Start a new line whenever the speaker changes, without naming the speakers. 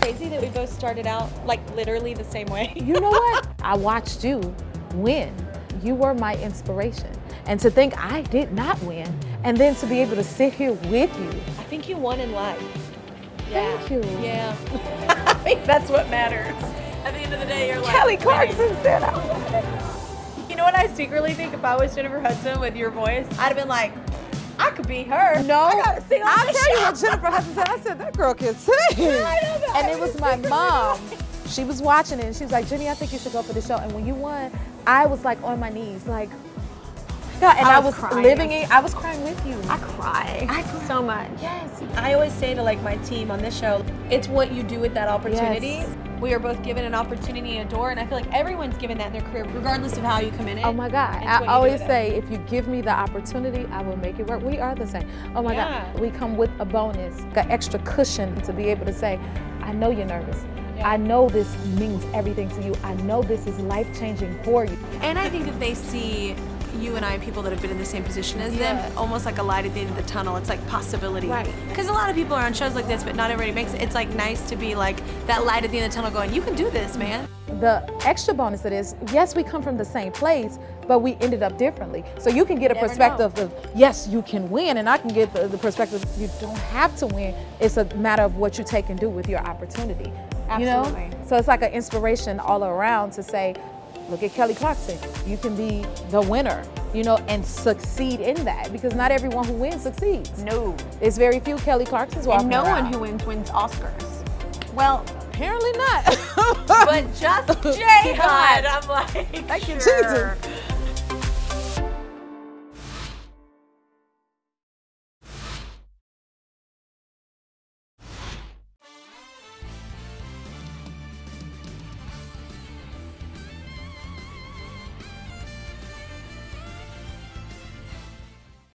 crazy that we both started out like literally the same way?
You know what? I watched you win. You were my inspiration. And to think I did not win, and then to be able to sit here with you.
I think you won in life.
Thank you.
Yeah. I think that's what matters. At the end of the day, you're like
Kelly
winning.
Clarkson said, I won.
You know what I secretly think? If I was Jennifer Hudson with your voice, I'd have been like, I could be her.
No,
I gotta sing like
I'll
a
tell you what
shot.
Jennifer Hudson said. I said that girl can sing,
I know that.
and it was my mom. She was watching it, and she was like, "Jenny, I think you should go for the show." And when you won, I was like on my knees, like, oh my "God!" And I,
I
was
was crying.
living it. I was crying with you.
I cry. I cry so much.
Yes. I always say to like my team on this show, it's what you do with that opportunity.
Yes.
We are both given an opportunity and a door, and I feel like everyone's given that in their career, regardless of how you come in it.
Oh my God.
It's what
I
you do
always
with it.
say, if you give me the opportunity, I will make it work. We are the same. Oh my God.
Yeah.
We come with a bonus, an extra cushion to be able to say, I know you're nervous.
Yeah.
I know this means everything to you. I know this is life changing for you.
And I think that they see you and I, people that have been in the same position as
Yeah.
them, almost like a light at the end of the tunnel. It's like possibility.
Right.
Because a lot of people are on shows like this, but not everybody makes it. It's like nice to be like that light at the end of the tunnel going, you can do this, man.
The extra bonus that is, yes, we come from the same place, but we ended up differently. So you can get a
Never
perspective of, yes, you can win, and I can get the, the perspective you don't have to win. It's a matter of what you take and do with your opportunity. You
Absolutely.
know? So it's like an inspiration all around to say, look at Kelly Clarkson, you can be the winner, you know, and succeed in that because not everyone who wins succeeds.
No.
There's very few Kelly Clarksons walking
And no
around.
one who wins wins Oscars. Well,
apparently not.
But just J-Hod, I'm like,
you,
sure.
Jesus.